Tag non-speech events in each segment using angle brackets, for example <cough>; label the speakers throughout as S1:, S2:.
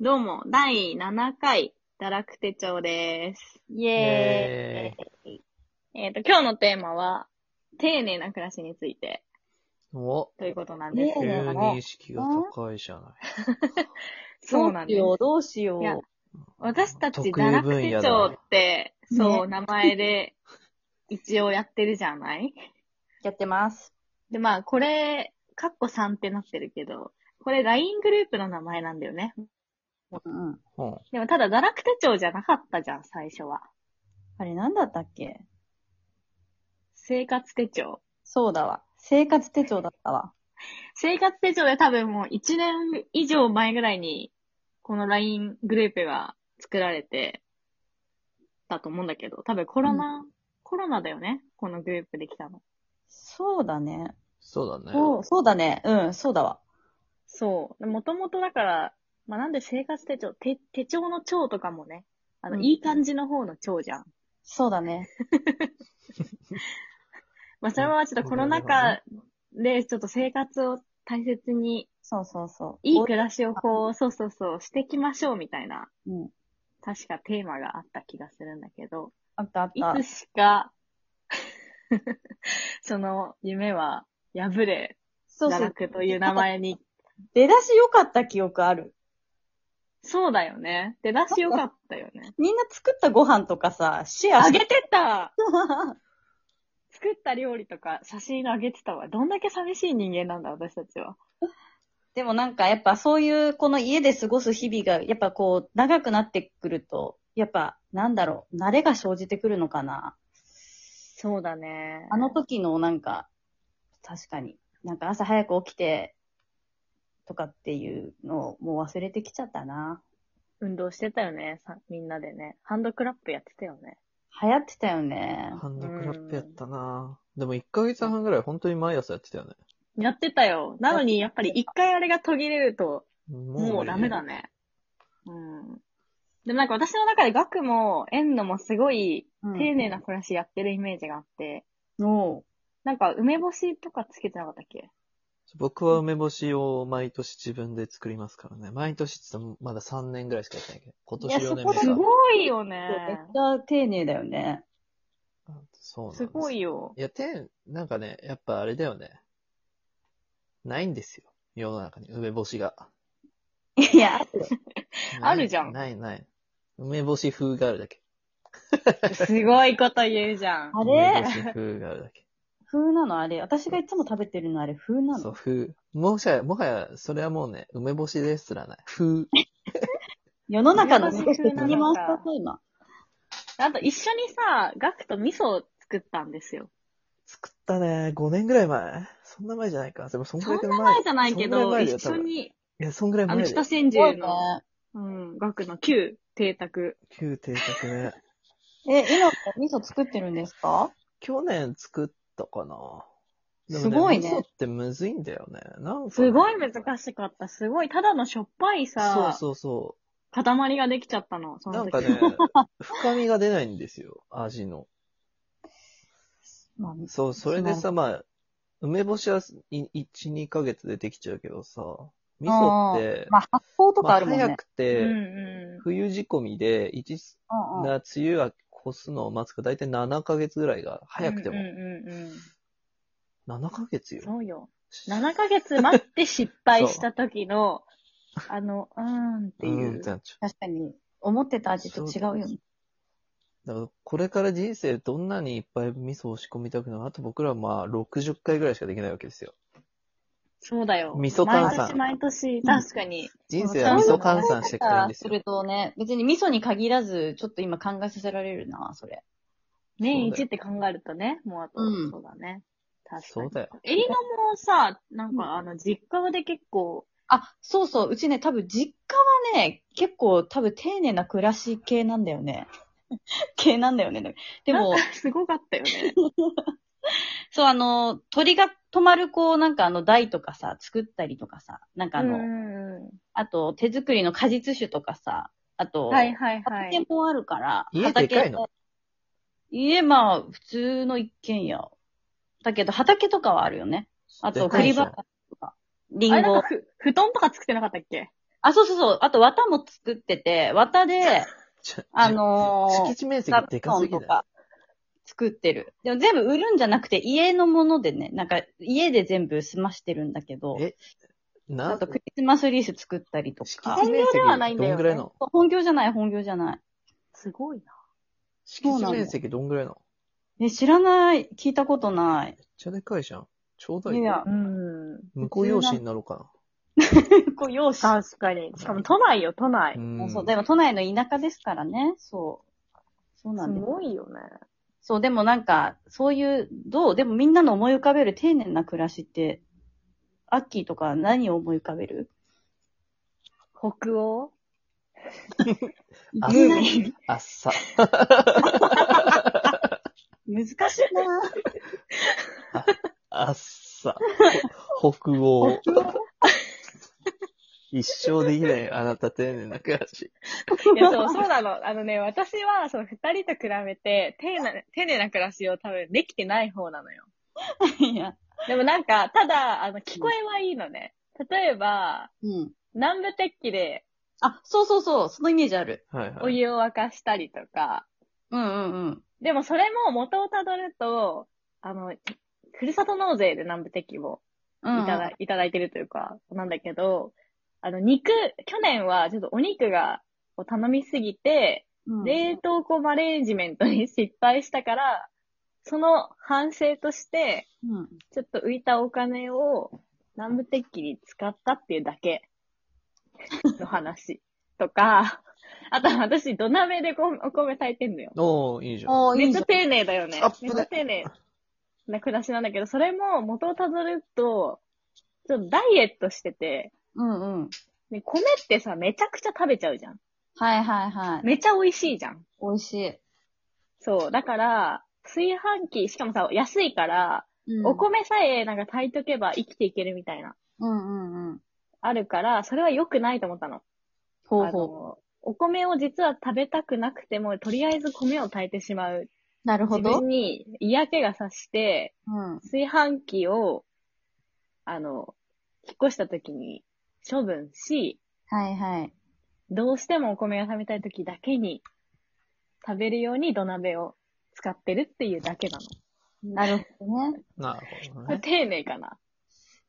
S1: どうも、第7回、堕落手帳です。
S2: イエーイ。
S1: えっ、と、今日のテーマは、丁寧な暮らしについて
S2: お、
S1: ということなんです
S2: 急
S1: け
S2: に
S1: れども、
S2: 意識が高いじゃない。
S1: そうなんです
S3: ど。うしよ
S1: い
S3: う、ど
S1: や
S3: うしよ
S1: 私たち
S2: 得意
S1: 堕落
S2: 分
S1: 手
S2: 野
S1: 帳
S2: だ
S1: って、そう、
S3: ね。
S1: 名前で一応やってるじゃないう
S3: やってます。
S1: で、まあ、これ、カッコ3ってなってるけど、これ LINE グループの名前なんだよね。
S3: うん。
S2: うん。
S1: でもただ堕落手帳じゃなかったじゃん、最初は。
S3: あれなんだったっけ
S1: 生活手帳。
S3: そうだわ。生活手帳だったわ。
S1: 生活手帳で多分もう1年以上前ぐらいに、この LINE グループが作られてたと思うんだけど、多分コロナ、コロナだよねこのグループできたの。
S3: そうだね。
S2: そうだね。
S3: そう、そうだね。うん、そうだわ。
S1: そう。もともとだから、まあ、なんで生活手帳、手、手帳の帳とかもね、あの、
S3: うん
S1: いい感じの方の帳じゃん。
S3: そうだね。
S1: まあ、それはちょっとコロナ禍で、ちょっと生活を大切に、
S3: そうそうそう。
S1: いい暮らしをこう、そうそうそう、していきましょうみたいな、
S3: うん。
S1: 確かテーマがあった気がするんだけど、
S3: あったあっ
S1: い
S3: た
S1: つ。しか、 <laughs> その夢は破れ、
S3: そう
S1: 堕
S3: そう。
S1: 落という名前に。
S3: 出だし良かった記憶ある。
S1: そうだよね。出だしよかったよ <laughs> ね。
S3: みんな作ったご飯とかさ、シェア
S1: あ
S3: し
S1: げ
S3: て。
S1: て <laughs> た作った料理とか写真あげてたわ。どんだけ寂しい人間なんだ、私たちは。
S3: でもなんかやっぱそういうこの家で過ごす日々がやっぱこう長くなってくると、やっぱなんだろう、慣れが生じてくるのかな。
S1: そうだね
S3: あの時のなんか、確かに、なんか朝早く起きて、とかっていうのをもう忘れてきちゃったな。
S1: 運動してたよね、さみんなでね。ハンドクラップやってたよね。
S3: 流行ってたよね。
S2: ハンドクラップやったなでも1ヶ月半ぐらい本当に毎朝やってたよね。
S1: やってたよ。なのに、やっぱり一回あれが途切れると、もうダメだ
S2: ね。
S1: ね。うん。でもなんか私の中で学も、縁のもすごい丁寧な暮らしやってるイメージがあって、
S3: の、
S1: なんか梅干しとかつけてなかったっけ
S2: 僕は梅干しを毎年自分で作りますからね。毎年って言ってもまだ3年ぐらいしかやってないけど。今年4年目か。
S1: すごいよね
S3: めっ。ちゃ丁寧だよね。
S2: そうなんです
S1: ごいよ。
S2: いや、てなんかね、やっぱあれだよね。ないんですよ。世の中に梅干しが。
S3: いや、
S1: あるじゃん
S2: ないない。梅干し風があるだけ。
S1: すごいこと言うじゃん。
S3: あ
S2: 梅
S3: れ
S2: 干し風があるだけ。
S3: 風なのあれ。私がいつも食べてるのあれ風な
S2: そう、
S3: の
S2: 風。もしや、もはや、それはもうね、梅干しですらない。風。
S3: 世の中の
S1: 梅
S3: 少
S1: 干
S3: し
S1: し
S3: 切り
S1: 風な
S3: 回し
S1: のか
S3: たぞ、今。
S1: あと一緒にさ、学と味噌を作ったんですよ。
S2: 作ったね、5年ぐらい前。そんな前じゃないか。でも、そん
S1: そん
S2: く
S1: な
S2: ら
S1: い前じゃないけ
S2: そんぐ
S1: ど、
S2: らい前だよ
S1: 一緒。に、
S2: 多分いや、そんぐらい
S1: あ
S2: 前
S1: の、
S2: だよ
S1: 北。千
S3: そう
S1: 住の、うん、学の旧邸宅。
S2: 旧邸宅ね。
S3: ね。え、今も味噌作ってるんですか
S2: 去年作ったかな。でも
S3: すごいね
S2: 味噌ってむずいんだよね。なんか、
S1: すごい難しかった。すごい、ただのしょっぱいさ、
S2: そうそうそ。
S1: 塊ができちゃったの、そうの
S2: な
S1: 時
S2: ん
S1: <laughs>
S2: かね、深みが出ないんですよ。味の。
S3: まあ、
S2: そう、それでさ、まあ、梅干しはい1、2ヶ月でできちゃうけどさ、味噌って、
S3: まあ発酵とか
S2: ま
S3: あ
S2: あ
S3: るもんね。
S2: 早くて、
S1: うんう
S2: 冬仕込みで、一、
S3: うんうん
S2: な梅雨が越すのを待つか、だいたい7ヶ月ぐらいが、
S1: ん。
S2: 早くても。
S1: うんうんうんうん。
S2: 7ヶ月よ。
S1: そうよ。7ヶ月待って失敗した時の、あの、うーんっていうう。
S2: ん、じゃあちょ
S3: 確かに、思ってた味と違うよね。
S2: だからこれから人生どんなにいっぱい味噌を仕込みたくなるあと僕らはまあ60回ぐらいしかできないわけですよ。
S1: そうだよ。
S2: 味噌換算
S1: 毎年毎年、確かに。
S2: 人生は味噌換算してくれるんです
S3: す
S2: よ。
S3: るとね、別に味噌に限らず、ちょっと今考えさせられるな、それ。
S1: 年
S2: そうだ
S1: 一
S2: よ
S1: って考えるとね、もうあと、
S3: うん
S1: そうだね。確か
S2: そう
S1: に。
S2: だよ。
S1: えりのもさ、なんかあの、実家で結構、
S3: あ、そうそう、うちね、多分実家はね、結構多分丁寧な暮らし系なんだよね。 <laughs> 系なんだよね。でも
S1: なん、かすごかったよ
S2: <laughs>
S1: ね。
S3: そう、あの、鳥が止まる、こう、なんかあの、台とかさ、作ったりとかさ、なんかあの、
S1: うんう
S3: あと、手作りの果実酒とかさ、あ
S1: ん。
S3: と、
S1: はいはいは
S3: 畑
S1: い。
S3: もあるから、
S2: 家で
S3: 畑
S2: かいの
S3: 家、まあ、普通の一軒家。だけど、畑とかはあるよね。あと、
S2: で
S3: 振
S2: かい
S3: り
S2: じゃん
S3: 場とか、リ
S1: あれ
S3: ン
S1: なん
S3: ゴ
S1: か。ふ、布団とか作ってなかったっけ
S3: あ、そうそうそう。あと、綿も作ってて、
S2: <laughs>
S3: 綿で、
S2: ちょ
S3: あのー
S2: 敷地面積でかすぎだ
S3: 布団と
S2: よ。
S3: か作ってる。でも全部売るんじゃなくて、家のものでね、なんか、家で全部済ましてるんだけど、
S2: えな
S3: あとクリスマスリース作ったりと
S2: 敷
S3: か。
S2: 地
S1: 本
S2: 面積
S1: 業ではないんだ
S2: ど
S1: よね
S2: んぐらいなの
S3: 本業じゃない、本業じゃない。
S1: すごいな。
S2: 敷
S3: そうな
S2: 地
S3: の
S2: 面積どんぐらいなの
S3: え、知らない。聞いたことない。 <laughs>
S2: めっちゃでかいじゃん。ちょうど
S3: い
S2: いい。
S3: や、
S1: うん。
S2: 向う養子になろうか
S3: 結構容姿。
S1: 確かに。しかも都内よ、都内
S2: な。。
S3: も
S2: ん
S3: うそう、でも都内の田舎ですからね。そう。そうな
S1: す
S3: んです。
S1: ごいよね。
S3: そう、でもなんか、そういう、どうでもみんなの思い浮かべる丁寧な暮らしって、アッキーとか何を思い浮かべる
S1: 北欧
S3: い
S2: あ
S3: きなり
S2: あっさ、
S3: 難しいな
S2: あっ
S3: <laughs>
S2: さ、ほ北欧。一生できない、あなた丁寧な暮らし。
S1: いや、そう、そうなの。あのね、私は、その二人と比べて、丁寧な、丁寧な暮らしを多分できてない方なのよ。
S3: いや。
S1: でもなんか、ただ、あの、聞こえはいいのね。例えば、
S3: うん。
S1: 南部鉄器で
S3: あ、そうそうそう、そのイメージある。
S2: はいは
S1: お
S2: い。
S1: 湯を沸かしたりとか、
S3: うんうんうん。
S1: でもそれも元をたどると、あの、ふるさと納税で南部鉄器を
S3: う
S1: い
S3: ん、
S1: ただ,、いただいてるというか、なんだけど、あの、肉、去年はちょっとお肉が、を頼みすぎて、
S3: うん、
S1: 冷凍庫マレージメントに失敗したから、その反省として、
S3: うん。
S1: ちょっと浮いたお金を南部鉄器に使ったっていうだけの話とか、あと私土鍋でこお米炊いてんのよ。
S2: おー、いいじゃん。
S3: おー、
S1: め
S3: い
S1: っち
S3: いじゃ
S1: ゃ
S3: ん。
S1: 丁寧だよね
S2: アッ。プ
S1: め
S2: ね
S1: っちゃ丁寧な暮らしなんだけど、それも元をたどると、ちょっとダイエットしてて、
S3: うんうん。
S1: で米ってさ、めちゃくちゃ食べちゃうじゃん。
S3: はいはいはい。
S1: めちゃ美味しいじゃん。
S3: 美味しい。
S1: そう。だから、炊飯器、しかもさ、安いから、
S3: うん
S1: お米さえなんか炊いとけば生きていけるみたいな、
S3: うんうんうん。
S1: あるから、それは良くないと思ったの。
S3: ほう
S1: あ
S3: ほう。
S1: のお米を実は食べたくなくても、とりあえず米を炊いてしまう。
S3: なる
S1: 自
S3: ほど。
S1: 分に嫌気がさして、
S3: うん。
S1: 炊飯器を、あの、引っ越した時に処分し、
S3: はいはい。
S1: どうしてもお米が食べたい時だけに食べるように土鍋を使ってるっていうだけなの。
S3: なるほどね。
S2: なるほど
S1: これ
S2: ね。
S1: 丁寧かな。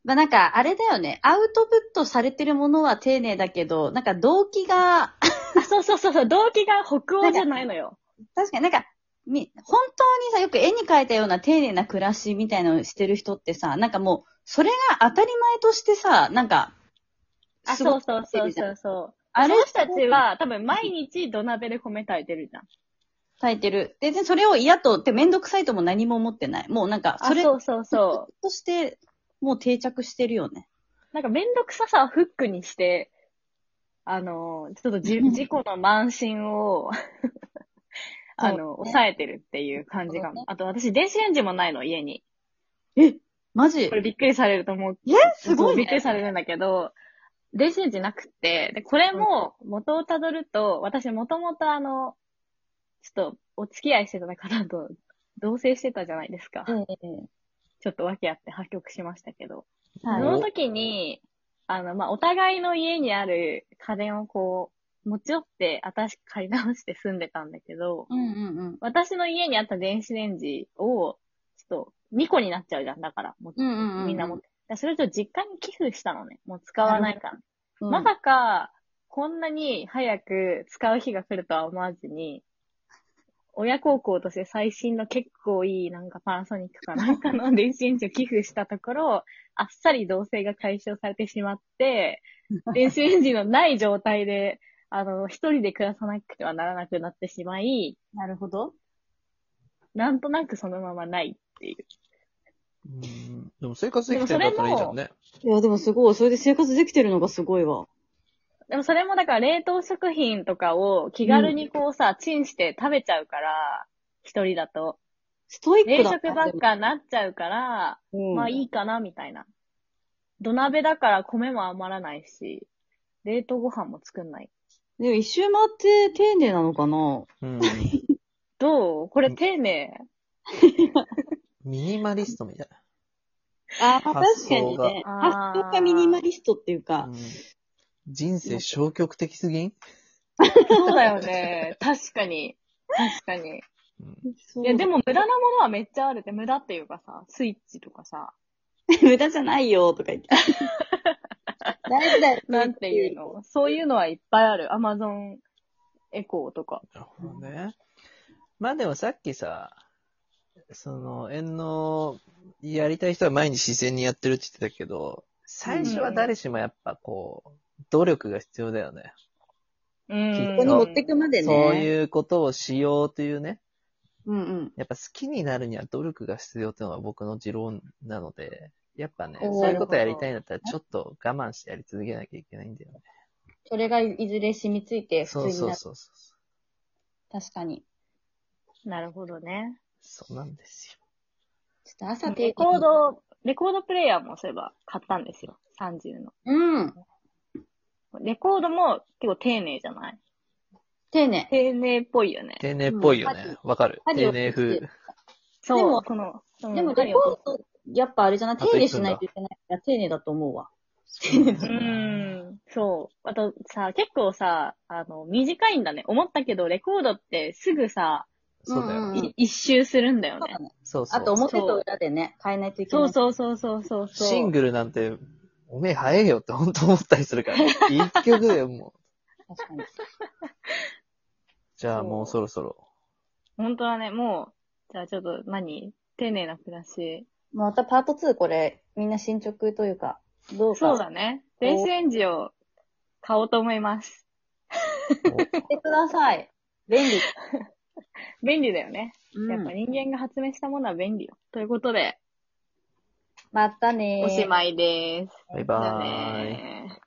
S3: まあなんか、あれだよね。アウトプットされてるものは丁寧だけど、なんか動機が、
S1: あ、そうそうそうそう、動機が北欧じゃないのよ。
S3: 確かになんか、み、本当にさ、よく絵に描いたような丁寧な暮らしみたいのをしてる人ってさ、なんかもう、それが当たり前としてさ、なんか、
S1: あ、
S3: すご
S1: そ
S3: いう
S1: そうそうそうそう。
S3: あ
S1: あ
S3: れ
S1: の人たちは多分毎日土鍋で米炊いてるじゃん。
S3: 炊いてる。で、でそれを嫌と、ってめんどくさいとも何も思ってない。もうなんか、
S1: あ、
S3: それ
S1: そうそうそ
S3: として、もう定着してるよね。
S1: う。なんかめんどくささをフックにして、あの、ちょっと
S3: <laughs>
S1: じ
S3: うん
S1: 自己の慢心を、あの、
S3: そうね
S1: 抑えてるっていう感じか
S3: そうね
S1: も。あと私電子レンジもないの、家に。
S3: マジ
S1: これびっくりされると思う。
S3: えすごい、ね。
S1: びっくりされるんだけど、電子レンジなくって、で、これも元をたどると、私もともとあの、ちょっとお付き合いしてた方と同棲してたじゃないですか。
S3: え
S1: ちょっと訳あって破局しましたけど。
S3: え
S1: そ
S2: はい
S1: の時に、あの、まあ、お互いの家にある家電をこう、持ち寄って、新しく買い直して住んでたんだけど、
S3: うんうんうん。
S1: 私の家にあった電子レンジを、ちょっと2個になっちゃうじゃん。だから、もう
S3: うんうんうん
S1: みんな持って。だからそれをちょっと実家に寄付したのね。もう使わないから。
S3: うん
S1: まさか、こんなに早く使う日が来るとは思わずに、親孝行として最新の結構いいなんかパナソニックかなんかの電子レンジを寄付したところ、あっさり同棲が解消されてしま
S3: <laughs>
S1: って、電子レンジのない状態で、あの、一人で暮らさなくてはならなくなってしまい、
S3: なるほど。
S1: なんとなくそのままないっていう。
S2: うんでも生活できてるんだったらいいじゃんね。
S3: いや、でもすごい。それで生活できてるのがすごいわ。
S1: でもそれもだから冷凍食品とかを気軽にこうさ、チンして食べちゃうから、一人だと。
S3: ストイッ
S1: 冷
S3: クだ
S1: 食ばっかになっちゃうから、
S3: うん
S1: まあいいかな、みたいな。土鍋だから米も余らないし、冷凍ご飯も作んない。
S3: でも一周回って丁寧なのかな
S2: うん。
S1: どうこれ丁寧。
S3: <laughs>
S2: ミニマリストみたい
S3: あ
S2: ーまあ確かにね
S1: 発想
S3: 発想がミニマリストっていう
S2: な。
S3: か
S2: うん、人生消極的すぎん
S1: そうだよね。確かに。確かに。いや、でも無駄なものはめっちゃあるって、無駄っていうかさ、スイッチとかさ、
S3: 無駄じゃないよ、とか言って。 <laughs> 大事だよ。
S1: なんていうの、そういうのはいっぱいある。アマゾンエコーとか。
S2: なるほどね。まあでもさっきさ、その、縁の、やりたい人は毎日自然にやってるって言ってたけど、最初は誰しもやっぱこう、努力が必要だよね。
S1: う
S2: き
S1: ん
S2: っ
S3: ことこに持ってくまでね。
S2: そういうことをしようというね、
S3: うんうん。
S2: やっぱ好きになるには努力が必要というのが僕の持論なので、やっぱね、
S3: おー
S2: そういうことやりたいんだったらちょっと我慢してやり続けなきゃいけないんだよね。
S3: それがいずれ染みついて、普通
S2: そう
S3: に
S2: そ
S3: な
S2: う
S3: る。
S2: そうそう。
S3: 確かに。
S1: なるほどね。
S2: そうなんですよ。
S3: ちょっと朝
S1: レ
S3: 抵
S1: コー
S3: 抗。
S1: ド、レコードプレイヤーもそういえば買ったんですよ。30の。
S3: うん。
S1: レコードも結構丁寧じゃない
S3: 丁寧。
S1: 丁寧っぽいよね。
S2: 丁寧っぽいよ
S3: うん
S2: ね
S3: 針。
S2: わかる。
S3: 針
S2: 丁
S3: を
S2: 寧風。
S1: そう、
S3: でも
S1: この、うん
S3: でも、レコード、やっぱあれじゃない
S2: あと
S3: 手入れしないといけないから、丁寧だと思うわ。
S1: うーん、そう。あとさ、結構さ、あの、短いんだね。思ったけど、レコードってすぐさ、
S2: そうだよ
S3: う
S2: ね。
S3: ん
S1: い一周するんだよ
S3: そう
S1: ね
S3: だ。ね。
S2: そうそう。
S3: あと、表と裏でね、変えないといけ
S1: そ
S3: な
S1: う
S3: い。
S1: そうそうそうそうそう。
S2: シングルなんて、おめえ早えよって本当思ったりするから、ね。一曲でもう。
S3: う。確かに。
S2: じゃあもうそろそろ。
S1: 本当はね、もう、じゃあちょっと何丁寧な暮らし。
S3: またパート2これ、みんな進捗というか、どうか。
S1: そうだね。電子レンジを買おうと思います。
S3: してください。便利。
S1: 便利だよね。やっぱ
S3: り。
S1: 人間が発明したものは便利よ。ということで、
S3: またねー。
S1: おしまいです。
S2: おバイ
S1: じゃあ
S2: バーイ。
S1: ねー。